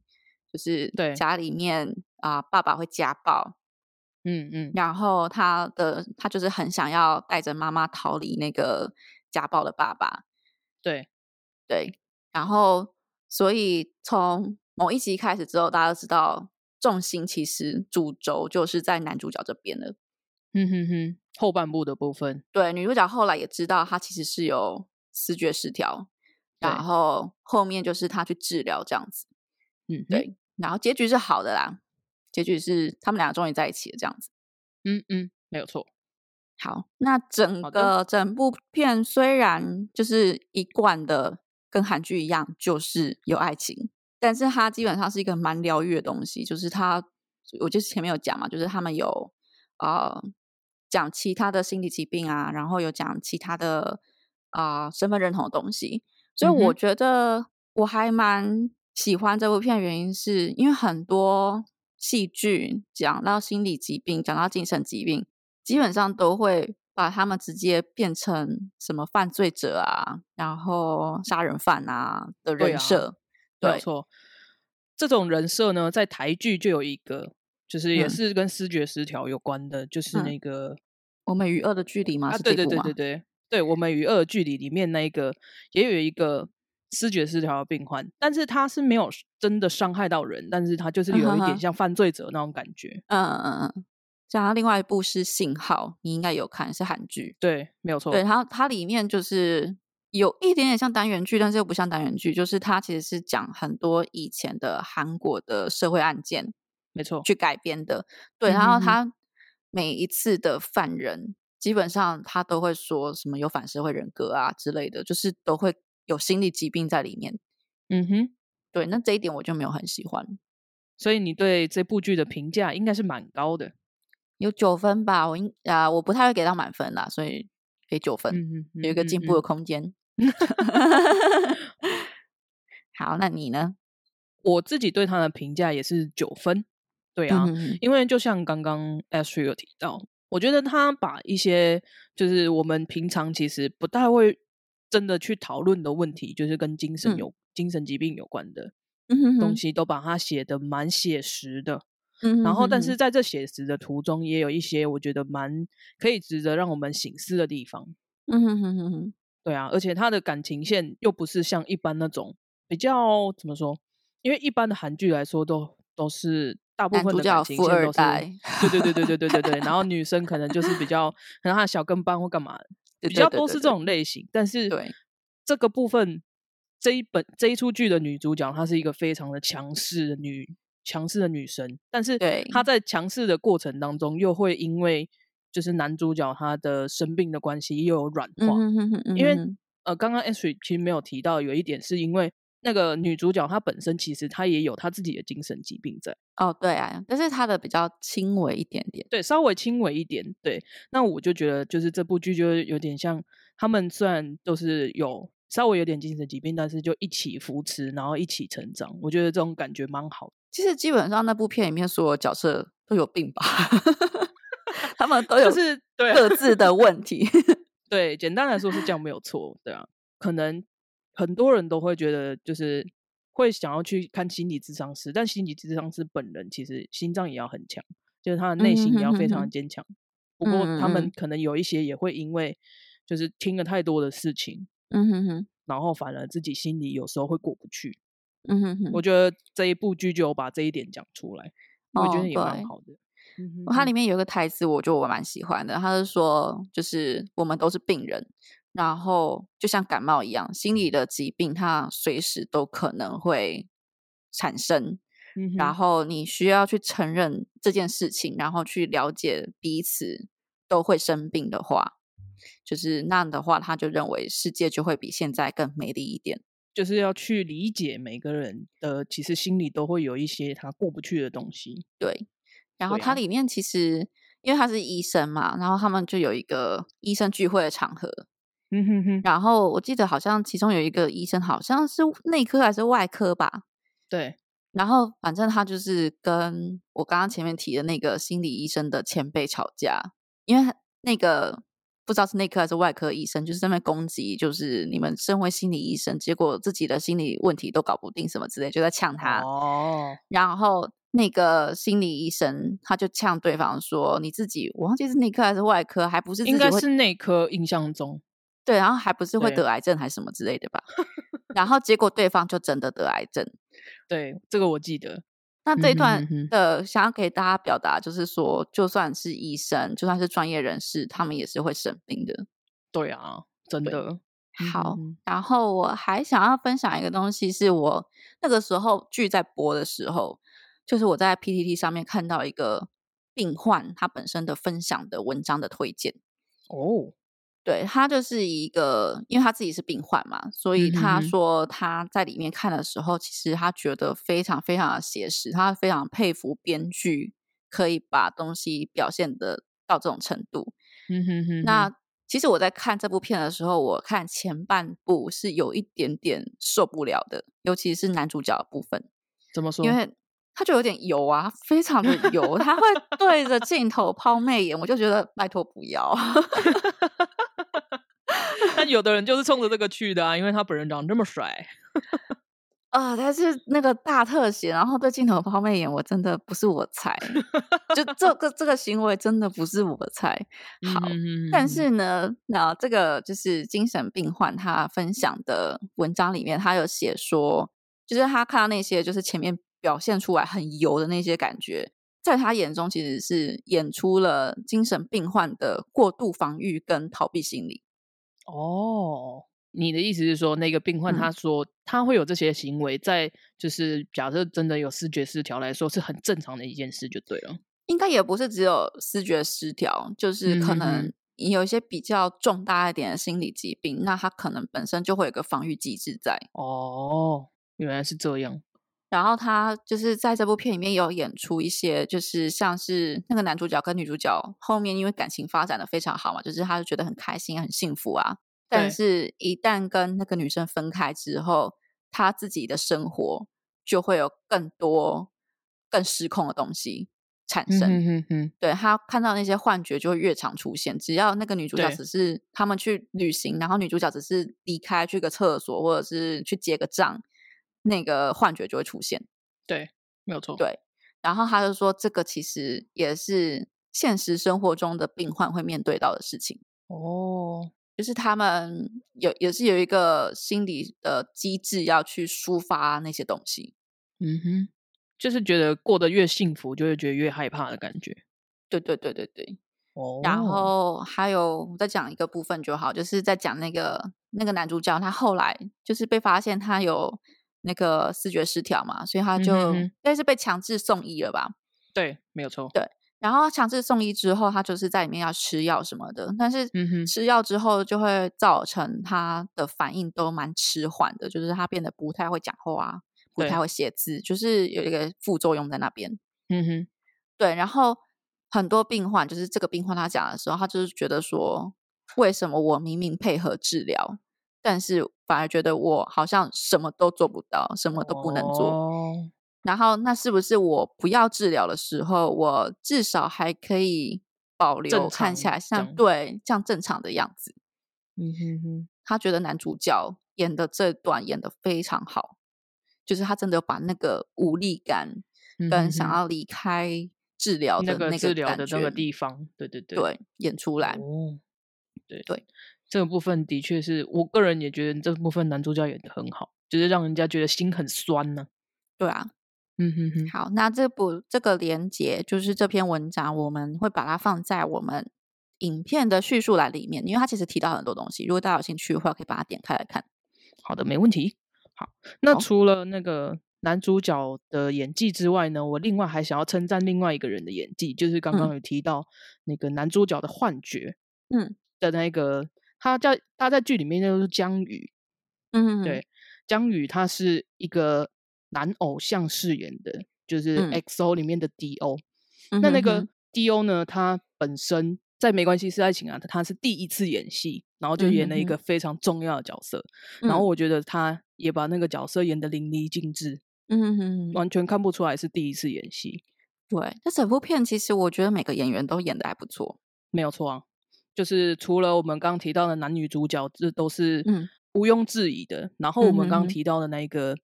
[SPEAKER 2] 就是
[SPEAKER 1] 对
[SPEAKER 2] 家里面啊、爸爸会家暴，
[SPEAKER 1] 嗯嗯，
[SPEAKER 2] 然后他的他就是很想要带着妈妈逃离那个家暴的爸爸，
[SPEAKER 1] 对，
[SPEAKER 2] 对，然后所以从某一集开始之后，大家都知道重心其实主轴就是在男主角这边了。
[SPEAKER 1] 嗯哼哼，后半部的部分，
[SPEAKER 2] 对，女主角后来也知道她其实是有视觉失调，
[SPEAKER 1] 对
[SPEAKER 2] 然后后面就是她去治疗这样子，
[SPEAKER 1] 嗯哼，
[SPEAKER 2] 对，然后结局是好的啦，结局是他们俩终于在一起了这样子。
[SPEAKER 1] 嗯嗯，没有错，
[SPEAKER 2] 好，那整
[SPEAKER 1] 好的
[SPEAKER 2] 个整部片虽然就是一贯的跟韩剧一样，就是有爱情，但是它基本上是一个蛮疗愈的东西，就是它，我就是前面有讲嘛，就是他们有呃讲其他的心理疾病啊，然后有讲其他的啊、呃身份认同的东西，所以
[SPEAKER 1] 嗯
[SPEAKER 2] 我
[SPEAKER 1] 哼
[SPEAKER 2] 觉得我还蛮喜欢这部片，原因是因为很多戏剧讲到心理疾病，讲到精神疾病，基本上都会把他们直接变成什么犯罪者啊，然后杀人犯啊的
[SPEAKER 1] 对
[SPEAKER 2] 人
[SPEAKER 1] 啊
[SPEAKER 2] 设。
[SPEAKER 1] 没有
[SPEAKER 2] 对
[SPEAKER 1] 错。这种人设呢，在台剧就有一个，就是也
[SPEAKER 2] 嗯
[SPEAKER 1] 是跟视觉失调有关的，就是
[SPEAKER 2] 嗯
[SPEAKER 1] 那个、
[SPEAKER 2] 我们与恶的距离嘛，
[SPEAKER 1] 啊，
[SPEAKER 2] 是这
[SPEAKER 1] 对对
[SPEAKER 2] 部
[SPEAKER 1] 对
[SPEAKER 2] 吗？
[SPEAKER 1] 对对，对我们与恶的距离里面那一个也有一个视觉失调的病患，但是他是没有真的伤害到人，但是他就是
[SPEAKER 2] 嗯
[SPEAKER 1] 有
[SPEAKER 2] 哼
[SPEAKER 1] 一点
[SPEAKER 2] 哼
[SPEAKER 1] 像犯罪者那种感觉。
[SPEAKER 2] 嗯嗯嗯。讲到另外一部是《信号》，你应该有看，是韩剧。
[SPEAKER 1] 对，没有错。
[SPEAKER 2] 对，它它里面就是有一点点像单元剧，但是又不像单元剧，就是它其实是讲很多以前的韩国的社会案件
[SPEAKER 1] 没错。
[SPEAKER 2] 去改编的。对，
[SPEAKER 1] 嗯
[SPEAKER 2] 然后
[SPEAKER 1] 哼哼
[SPEAKER 2] 他每一次的犯人，基本上他都会说什么有反社会人格啊之类的，就是都会有心理疾病在里面。
[SPEAKER 1] 嗯哼，
[SPEAKER 2] 对，那这一点我就没有很喜欢，
[SPEAKER 1] 所以你对这部剧的评价应该是蛮高的。
[SPEAKER 2] 有九分吧，我应啊、我不太会给到满分啦，所以给九分，
[SPEAKER 1] 嗯哼，
[SPEAKER 2] 呃有一个
[SPEAKER 1] 嗯
[SPEAKER 2] 进
[SPEAKER 1] 嗯
[SPEAKER 2] 步的 空间。好，那你呢？
[SPEAKER 1] 我自己对他的评价也是九分。对啊，
[SPEAKER 2] 嗯哼哼
[SPEAKER 1] 因为就像刚刚 Ashley 有提到，我觉得他把一些就是我们平常其实不太会真的去讨论的问题，就是跟精神
[SPEAKER 2] 嗯
[SPEAKER 1] 有、精神疾病有关的
[SPEAKER 2] 嗯哼
[SPEAKER 1] 东
[SPEAKER 2] 哼
[SPEAKER 1] 西，都把它写的蛮写实的。
[SPEAKER 2] 嗯
[SPEAKER 1] 然
[SPEAKER 2] 哼
[SPEAKER 1] 后，
[SPEAKER 2] 哼
[SPEAKER 1] 但
[SPEAKER 2] 哼
[SPEAKER 1] 是在这写实的途中，也有一些我觉得蛮可以值得让我们醒思的地方。
[SPEAKER 2] 嗯哼哼哼哼，
[SPEAKER 1] 对啊，而且他的感情线又不是像一般那种比较怎么说？因为一般的韩剧来说都，都是大部
[SPEAKER 2] 男
[SPEAKER 1] 分
[SPEAKER 2] 主
[SPEAKER 1] 的
[SPEAKER 2] 角
[SPEAKER 1] 感情
[SPEAKER 2] 富
[SPEAKER 1] 线
[SPEAKER 2] 二
[SPEAKER 1] 都是，
[SPEAKER 2] 代，
[SPEAKER 1] 对对对对对对对对。然后女生可能就是比较，可能她的小跟班或干嘛的，
[SPEAKER 2] 对
[SPEAKER 1] 比
[SPEAKER 2] 对
[SPEAKER 1] 较
[SPEAKER 2] 对
[SPEAKER 1] 多
[SPEAKER 2] 对
[SPEAKER 1] 是这
[SPEAKER 2] 对
[SPEAKER 1] 种类型。但是
[SPEAKER 2] 对
[SPEAKER 1] 这个部分，这一本这一出剧的女主角，她是一个非常的强势的女强势的女生，但是
[SPEAKER 2] 对
[SPEAKER 1] 她在强势的过程当中，又会因为就是男主角他的生病的关系，又有软化。
[SPEAKER 2] 嗯哼哼哼，
[SPEAKER 1] 因为
[SPEAKER 2] 嗯哼哼
[SPEAKER 1] 呃，刚刚 Ashley 其实没有提到有一点，是因为那个女主角她本身其实她也有她自己的精神疾病在，
[SPEAKER 2] 哦，对啊，但是他的比较轻微一点点。
[SPEAKER 1] 对，稍微轻微一点。对，那我就觉得就是这部剧就有点像他们虽然都是有稍微有点精神疾病，但是就一起扶持，然后一起成长，我觉得这种感觉蛮好的。
[SPEAKER 2] 其实基本上那部片里面所有角色都有病吧， 他们都有
[SPEAKER 1] 就是对啊
[SPEAKER 2] 各自的问题。 啊
[SPEAKER 1] 对，简单来说是这样，没有错，对啊。可能很多人都会觉得，就是会想要去看心理咨商师，但心理咨商师本人其实心脏也要很强，就是他的内心也要非常的
[SPEAKER 2] 嗯
[SPEAKER 1] 坚强。不过他
[SPEAKER 2] 嗯嗯
[SPEAKER 1] 们
[SPEAKER 2] 嗯
[SPEAKER 1] 可能有一些也会因为就是听了太多的事情，
[SPEAKER 2] 嗯哼哼，
[SPEAKER 1] 然后反而自己心里有时候会过不去。
[SPEAKER 2] 嗯哼哼，
[SPEAKER 1] 我觉得这一部剧就有把这一点讲出来，我觉
[SPEAKER 2] 哦
[SPEAKER 1] 得也蛮
[SPEAKER 2] 对
[SPEAKER 1] 好的。嗯哼
[SPEAKER 2] 它
[SPEAKER 1] 哼
[SPEAKER 2] 里面有一个台词，我觉得我蛮喜欢的。他是说，就是我们都是病人，然后就像感冒一样，心理的疾病它随时都可能会产生。
[SPEAKER 1] 嗯
[SPEAKER 2] 然
[SPEAKER 1] 哼
[SPEAKER 2] 后你需要去承认这件事情，然后去了解彼此都会生病的话，就是那样的话，他就认为世界就会比现在更美丽一点。
[SPEAKER 1] 就是要去理解每个人的，其实心里都会有一些他过不去的东西。
[SPEAKER 2] 对，然后
[SPEAKER 1] 对
[SPEAKER 2] 它
[SPEAKER 1] 啊
[SPEAKER 2] 里面其实因为他是医生嘛，然后他们就有一个医生聚会的场合，
[SPEAKER 1] 嗯哼哼，
[SPEAKER 2] 然后我记得好像其中有一个医生好像是内科还是外科吧，
[SPEAKER 1] 对，
[SPEAKER 2] 然后反正他就是跟我刚刚前面提的那个心理医生的前辈吵架，因为他那个不知道是内科还是外科医生，就是在那边攻击，就是你们身为心理医生，结果自己的心理问题都搞不定什么之类，就在呛他。
[SPEAKER 1] 哦，
[SPEAKER 2] 然后那个心理医生他就呛对方说：“你自己，我忘记是内科还是外科，还不是自
[SPEAKER 1] 应
[SPEAKER 2] 己
[SPEAKER 1] 该
[SPEAKER 2] 会
[SPEAKER 1] 是内科，印象中
[SPEAKER 2] 对，然后还不是会
[SPEAKER 1] 对
[SPEAKER 2] 得癌症还是什么之类的吧？ 然后结果对方就真的得癌症。
[SPEAKER 1] 对这个我记得。
[SPEAKER 2] 那这一段
[SPEAKER 1] 嗯哼哼哼
[SPEAKER 2] 的呃想要给大家表达，就是说，就算是医生，就算是专业人士，他们也是会生病的。
[SPEAKER 1] 对啊，真
[SPEAKER 2] 对
[SPEAKER 1] 的。嗯
[SPEAKER 2] 好，
[SPEAKER 1] 哼哼
[SPEAKER 2] 然后我还想要分享一个东西，是我那个时候剧在播的时候，就是我在 PTT 上面看到一个病患他本身的分享的文章的推荐。
[SPEAKER 1] 哦，
[SPEAKER 2] 对他就是一个，因为他自己是病患嘛，所以
[SPEAKER 1] 嗯哼
[SPEAKER 2] 他
[SPEAKER 1] 哼
[SPEAKER 2] 说他在里面看的时候，其实他觉得非常非常的写实，他非常佩服编剧可以把东西表现的到这种程度。
[SPEAKER 1] 嗯哼哼哼，
[SPEAKER 2] 那其实我在看这部片的时候，我看前半部是有一点点受不了的，尤其是男主角的部分，
[SPEAKER 1] 怎么说？
[SPEAKER 2] 因为他就有点油啊，非常的油，他会对着镜头抛媚眼，我就觉得拜托不要。
[SPEAKER 1] 但 有的人就是冲着这个去的啊，因为他本人长得这么帅。
[SPEAKER 2] 啊、但是那个大特写，然后对镜头抛媚眼，我真的不是我菜，就这个这个行为真的不是我的菜。好，
[SPEAKER 1] 嗯哼哼
[SPEAKER 2] 但
[SPEAKER 1] 哼
[SPEAKER 2] 是呢，那这个就是精神病患他分享的文章里面，他有写说，就是他看到那些就是前面表现出来很油的那些感觉，在他眼中其实是演出了精神病患的过度防御跟逃避心理。
[SPEAKER 1] 哦，你的意思是说，那个病患
[SPEAKER 2] 嗯
[SPEAKER 1] 他说、他会有这些行为，在就是假设真的有视觉失调来说，是很正常的一件事，就对了。
[SPEAKER 2] 应该也不是只有视觉失调，就是
[SPEAKER 1] 嗯哼
[SPEAKER 2] 可
[SPEAKER 1] 哼
[SPEAKER 2] 能你有一些比较重大一点的心理疾病，那它可能本身就会有一个防御机制在。
[SPEAKER 1] 哦，原来是这样。
[SPEAKER 2] 然后他就是在这部片里面有演出一些，就是像是那个男主角跟女主角后面因为感情发展的非常好嘛，就是他就觉得很开心、很幸福啊。
[SPEAKER 1] 对
[SPEAKER 2] 但是，一旦跟那个女生分开之后，他自己的生活就会有更多、更失控的东西产
[SPEAKER 1] 嗯
[SPEAKER 2] 生。
[SPEAKER 1] 哼哼哼，
[SPEAKER 2] 对他看到那些幻觉就会越常出现。只要那个女主角
[SPEAKER 1] 对
[SPEAKER 2] 只是他们去旅行，然后女主角只是离开去个厕所，或者是去结个账，那个幻觉就会出现。
[SPEAKER 1] 对，没有错。
[SPEAKER 2] 对然后他就说，这个其实也是现实生活中的病患会面对到的事情，
[SPEAKER 1] 哦，
[SPEAKER 2] 就是他们有也是有一个心理的机制要去抒发那些东西。
[SPEAKER 1] 嗯哼，就是觉得过得越幸福，就会觉得越害怕的感觉。
[SPEAKER 2] 对对对对对，
[SPEAKER 1] 哦，
[SPEAKER 2] 然后还有我再讲一个部分就好，就是在讲那个那个男主角，他后来就是被发现他有那个视觉失调嘛，所以他
[SPEAKER 1] 嗯哼
[SPEAKER 2] 就
[SPEAKER 1] 哼
[SPEAKER 2] 应该是被强制送医了吧？
[SPEAKER 1] 对，没有错。
[SPEAKER 2] 对然后强制送医之后，他就是在里面要吃药什么的，但是
[SPEAKER 1] 嗯哼
[SPEAKER 2] 吃药之后就会造成他的反应都蛮迟缓的，就是他变得不太会讲话啊，不
[SPEAKER 1] 对
[SPEAKER 2] 太会写字，就是有一个副作用在那边。
[SPEAKER 1] 嗯哼，
[SPEAKER 2] 对，然后很多病患就是这个病患他讲的时候，他就是觉得说，为什么我明明配合治疗，但是反而觉得我好像什么都做不到，什么都不能做。
[SPEAKER 1] 哦
[SPEAKER 2] 然后那是不是我不要治疗的时候，我至少还可以保留看起
[SPEAKER 1] 常
[SPEAKER 2] 来
[SPEAKER 1] 这
[SPEAKER 2] 像
[SPEAKER 1] 样
[SPEAKER 2] 对像正常的样子？
[SPEAKER 1] 嗯哼哼，
[SPEAKER 2] 他觉得男主角演的这段演的非常好，就是他真的有把那个无力感
[SPEAKER 1] 嗯哼
[SPEAKER 2] 跟想
[SPEAKER 1] 哼
[SPEAKER 2] 要离开治疗
[SPEAKER 1] 那
[SPEAKER 2] 的
[SPEAKER 1] 个
[SPEAKER 2] 那
[SPEAKER 1] 治
[SPEAKER 2] 个
[SPEAKER 1] 疗
[SPEAKER 2] 感
[SPEAKER 1] 的那个
[SPEAKER 2] 觉
[SPEAKER 1] 地方，对对对，
[SPEAKER 2] 对演出来。
[SPEAKER 1] 哦，对
[SPEAKER 2] 对，
[SPEAKER 1] 这个部分的确是我个人也觉得这部分男主角演的很好，就是让人家觉得心很酸呢、
[SPEAKER 2] 对啊，
[SPEAKER 1] 嗯哼哼，
[SPEAKER 2] 好，那这部这个连接就是这篇文章，我们会把它放在我们影片的叙述栏里面，因为它其实提到很多东西，如果大家有兴趣的话，可以把它点开来看。
[SPEAKER 1] 好的，没问题。好，那
[SPEAKER 2] 好
[SPEAKER 1] 除了那个男主角的演技之外呢，我另外还想要称赞另外一个人的演技，就是刚刚
[SPEAKER 2] 嗯
[SPEAKER 1] 有提到那个男主角的幻觉，
[SPEAKER 2] 嗯
[SPEAKER 1] 的那个他叫他在剧里面就是江宇，
[SPEAKER 2] 嗯，
[SPEAKER 1] 对江宇他是一个男偶像饰演的，就是
[SPEAKER 2] 嗯
[SPEAKER 1] XO 里面的 DO，、
[SPEAKER 2] 嗯哼哼，
[SPEAKER 1] 那那个 D.O 呢，他本身在《没关系是爱情》啊，他是第一次演戏，然后就
[SPEAKER 2] 嗯
[SPEAKER 1] 演
[SPEAKER 2] 哼
[SPEAKER 1] 了一个
[SPEAKER 2] 哼
[SPEAKER 1] 非常重要的角色，然后我觉得他也把那个角色演得淋漓尽致，
[SPEAKER 2] 嗯哼哼哼，
[SPEAKER 1] 完全看不出来是第一次演戏，
[SPEAKER 2] 对，这整部片其实我觉得每个演员都演的还不错。
[SPEAKER 1] 没有错啊。就是除了我们刚提到的男女主角，这都是
[SPEAKER 2] 嗯
[SPEAKER 1] 毋庸置疑的。然后我们
[SPEAKER 2] 嗯
[SPEAKER 1] 刚
[SPEAKER 2] 哼哼
[SPEAKER 1] 提到的那一个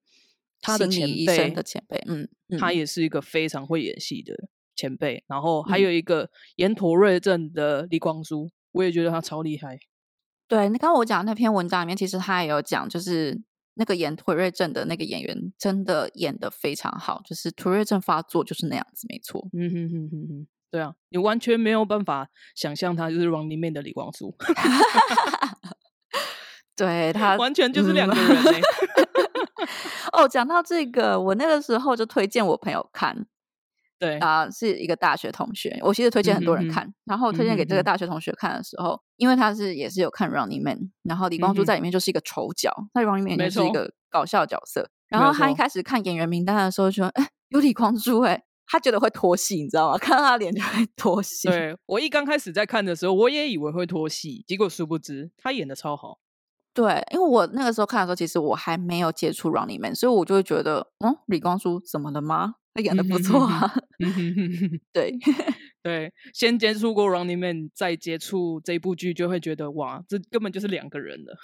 [SPEAKER 1] 他的
[SPEAKER 2] 心
[SPEAKER 1] 前
[SPEAKER 2] 理医
[SPEAKER 1] 辈
[SPEAKER 2] 生的前辈，嗯，嗯
[SPEAKER 1] 他也是一个非常会演戏的前辈。然后还
[SPEAKER 2] 嗯
[SPEAKER 1] 有一个延陀瑞症的李光洙，我也觉得他超厉害。
[SPEAKER 2] 对，那刚刚我讲的那篇文章里面，其实他也有讲，就是那个演腿瑞症的那个演员真的演的非常好，就是腿瑞症发作就是那样子，没错。
[SPEAKER 1] 嗯哼哼哼哼，对啊，你完全没有办法想象他就是 Running Man 的李光洙，
[SPEAKER 2] 对他
[SPEAKER 1] 完全就是两
[SPEAKER 2] 嗯
[SPEAKER 1] 个人、欸。
[SPEAKER 2] 哦，讲到这个，我那个时候就推荐我朋友看
[SPEAKER 1] 对，
[SPEAKER 2] 啊、是一个大学同学，我其实推荐很多
[SPEAKER 1] 嗯
[SPEAKER 2] 人
[SPEAKER 1] 哼哼
[SPEAKER 2] 看，然后我推荐给
[SPEAKER 1] 嗯
[SPEAKER 2] 这个
[SPEAKER 1] 哼哼
[SPEAKER 2] 大学同学看的时候，因为他是也是有看 Running Man，然后李光洙
[SPEAKER 1] 嗯哼
[SPEAKER 2] 在里面就是一个丑角，那 Running Man
[SPEAKER 1] 没
[SPEAKER 2] 就是一
[SPEAKER 1] 错
[SPEAKER 2] 个搞笑角色，然
[SPEAKER 1] 没有
[SPEAKER 2] 后他一
[SPEAKER 1] 错
[SPEAKER 2] 开始看演员名单的时候就说，哎，有李光洙哎、他觉得会脱戏，你知道吗？看到他脸就会脱戏。
[SPEAKER 1] 对我一刚开始在看的时候，我也以为会脱戏，结果殊不知他演的超好。
[SPEAKER 2] 对，因为我那个时候看的时候，其实我还没有接触 Running Man，所以我就会觉得，嗯，李光洙怎么了吗？他演的
[SPEAKER 1] 嗯
[SPEAKER 2] 不
[SPEAKER 1] 哼
[SPEAKER 2] 错
[SPEAKER 1] 哼哼
[SPEAKER 2] 啊。
[SPEAKER 1] 嗯哼哼哼哼
[SPEAKER 2] 对，
[SPEAKER 1] 对，先接触过 Running Man，再接触这部剧，就会觉得哇，这根本就是两个人了。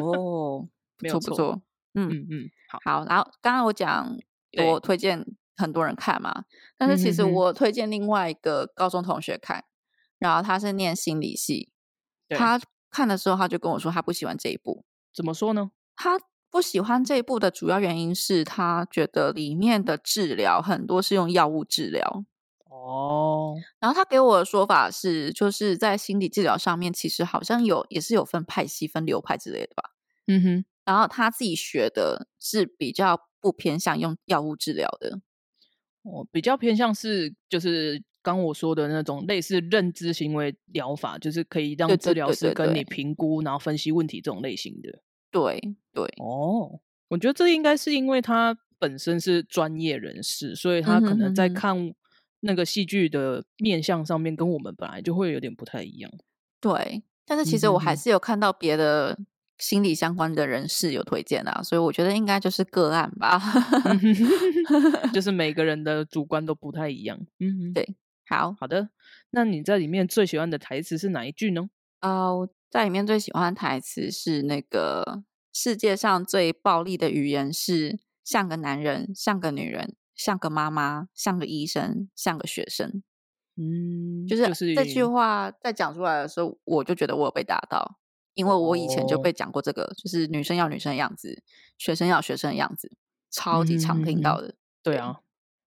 [SPEAKER 2] 哦，不
[SPEAKER 1] 没有
[SPEAKER 2] 错
[SPEAKER 1] 错
[SPEAKER 2] 不错，嗯，
[SPEAKER 1] 嗯嗯，好，
[SPEAKER 2] 好。然后刚刚我讲
[SPEAKER 1] 对
[SPEAKER 2] 我推荐很多人看嘛，但是其实
[SPEAKER 1] 嗯哼哼
[SPEAKER 2] 我推荐另外一个高中同学看，然后他是念心理系，
[SPEAKER 1] 对
[SPEAKER 2] 他看的时候他就跟我说他不喜欢这一部，
[SPEAKER 1] 怎么说呢？
[SPEAKER 2] 他不喜欢这一部的主要原因是他觉得里面的治疗很多是用药物治疗。
[SPEAKER 1] 哦，
[SPEAKER 2] 然后他给我的说法是，就是在心理治疗上面，其实好像有也是有分派系、分流派之类的吧。
[SPEAKER 1] 嗯哼，
[SPEAKER 2] 然后他自己学的是比较不偏向用药物治疗的，
[SPEAKER 1] 我哦比较偏向是就是刚我说的那种类似认知行为疗法，就是可以让
[SPEAKER 2] 对
[SPEAKER 1] 治
[SPEAKER 2] 对
[SPEAKER 1] 疗
[SPEAKER 2] 对
[SPEAKER 1] 师
[SPEAKER 2] 对
[SPEAKER 1] 跟你
[SPEAKER 2] 对
[SPEAKER 1] 评估，然后分析问题这种类型的。
[SPEAKER 2] 对对，
[SPEAKER 1] 哦，我觉得这应该是因为他本身是专业人士，所以他
[SPEAKER 2] 嗯
[SPEAKER 1] 可
[SPEAKER 2] 哼
[SPEAKER 1] 能
[SPEAKER 2] 哼
[SPEAKER 1] 在
[SPEAKER 2] 哼
[SPEAKER 1] 看那个戏剧的面向上面，跟我们本来就会有点不太一 样。
[SPEAKER 2] 对，但是其
[SPEAKER 1] 嗯
[SPEAKER 2] 实
[SPEAKER 1] 哼
[SPEAKER 2] 我还
[SPEAKER 1] 哼
[SPEAKER 2] 是有看到别的心理相关的人士有推荐啊，所以我觉得应该就是个案吧。
[SPEAKER 1] 嗯哼就是每个人的主观都不太一样。嗯哼，
[SPEAKER 2] 对 好，
[SPEAKER 1] 好的。那你在里面最喜欢的台词是哪一句呢？
[SPEAKER 2] 呃，我在里面最喜欢的台词是那个世界上最暴力的语言是像个男人，像个女人，像个妈妈，像个医生，像个学生。
[SPEAKER 1] 嗯，
[SPEAKER 2] 就是
[SPEAKER 1] 就是
[SPEAKER 2] 这句话在讲出来的时候，我就觉得我有被打到，因为我以前就
[SPEAKER 1] 哦
[SPEAKER 2] 被讲过这个，就是女生要女生的样子，学生要学生的样子，超级常
[SPEAKER 1] 嗯
[SPEAKER 2] 听
[SPEAKER 1] 哼
[SPEAKER 2] 到
[SPEAKER 1] 哼
[SPEAKER 2] 的。
[SPEAKER 1] 对
[SPEAKER 2] 对
[SPEAKER 1] 啊，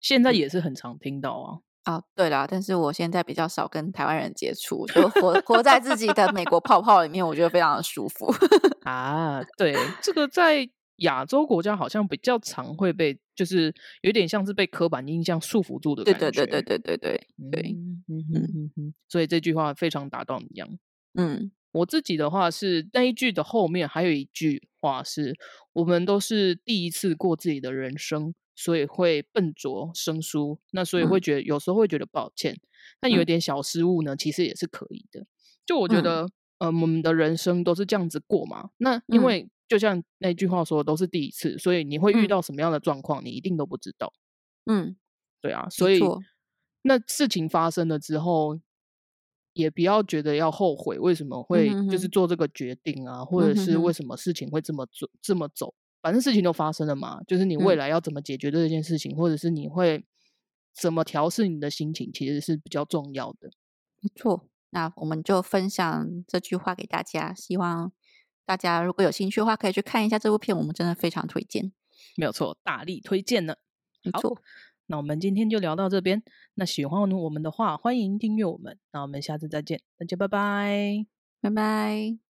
[SPEAKER 1] 现在
[SPEAKER 2] 嗯
[SPEAKER 1] 也是很常听到啊。
[SPEAKER 2] 啊，对啦，但是我现在比较少跟台湾人接触，就活活 在自己的美国泡泡里面，我觉得非常的舒服。
[SPEAKER 1] 啊，对，这个在亚洲国家好像比较常会被，就是有点像是被刻板印象束缚住的
[SPEAKER 2] 对
[SPEAKER 1] 感
[SPEAKER 2] 对
[SPEAKER 1] 觉。
[SPEAKER 2] 对对对对对对，
[SPEAKER 1] 嗯嗯哼嗯哼，所以这句话非常打啊动一样。
[SPEAKER 2] 嗯
[SPEAKER 1] 我自己的话是那一句的后面还有一句话是：我们都是第一次过自己的人生，所以会笨拙生疏，那所以会
[SPEAKER 2] 嗯
[SPEAKER 1] 觉得、有时候会觉得抱歉，但有
[SPEAKER 2] 嗯
[SPEAKER 1] 点小失误呢，其实也是可以的。就我觉
[SPEAKER 2] 嗯
[SPEAKER 1] 得，呃，我们的人生都是这样子过嘛。那因
[SPEAKER 2] 嗯
[SPEAKER 1] 为就像那句话说的，都是第一次，所以你会遇
[SPEAKER 2] 嗯
[SPEAKER 1] 到什么样的状况，你一定都不知道。
[SPEAKER 2] 嗯，
[SPEAKER 1] 对啊，所以
[SPEAKER 2] 错
[SPEAKER 1] 那事情发生了之后，也不要觉得要后悔，为什么会
[SPEAKER 2] 哼
[SPEAKER 1] 就是
[SPEAKER 2] 哼
[SPEAKER 1] 做这个决定啊，或者
[SPEAKER 2] 嗯哼
[SPEAKER 1] 是为
[SPEAKER 2] 哼
[SPEAKER 1] 什么事情会这么做这么走，反正事情都发生了嘛，就是你未
[SPEAKER 2] 嗯
[SPEAKER 1] 来要怎么解决这件事情，或者是你会怎么调试你的心情，其实是比较重要的。
[SPEAKER 2] 没错。那我们就分享这句话给大家，希望大家如果有兴趣的话，可以去看一下这部片，我们真的非常推荐。
[SPEAKER 1] 没有错，大力推荐呢。
[SPEAKER 2] 没
[SPEAKER 1] 好
[SPEAKER 2] 错，
[SPEAKER 1] 那我们今天就聊到这边。那喜欢我们的话，欢迎订阅我们。那我们下次再见，大家拜拜。
[SPEAKER 2] 拜拜。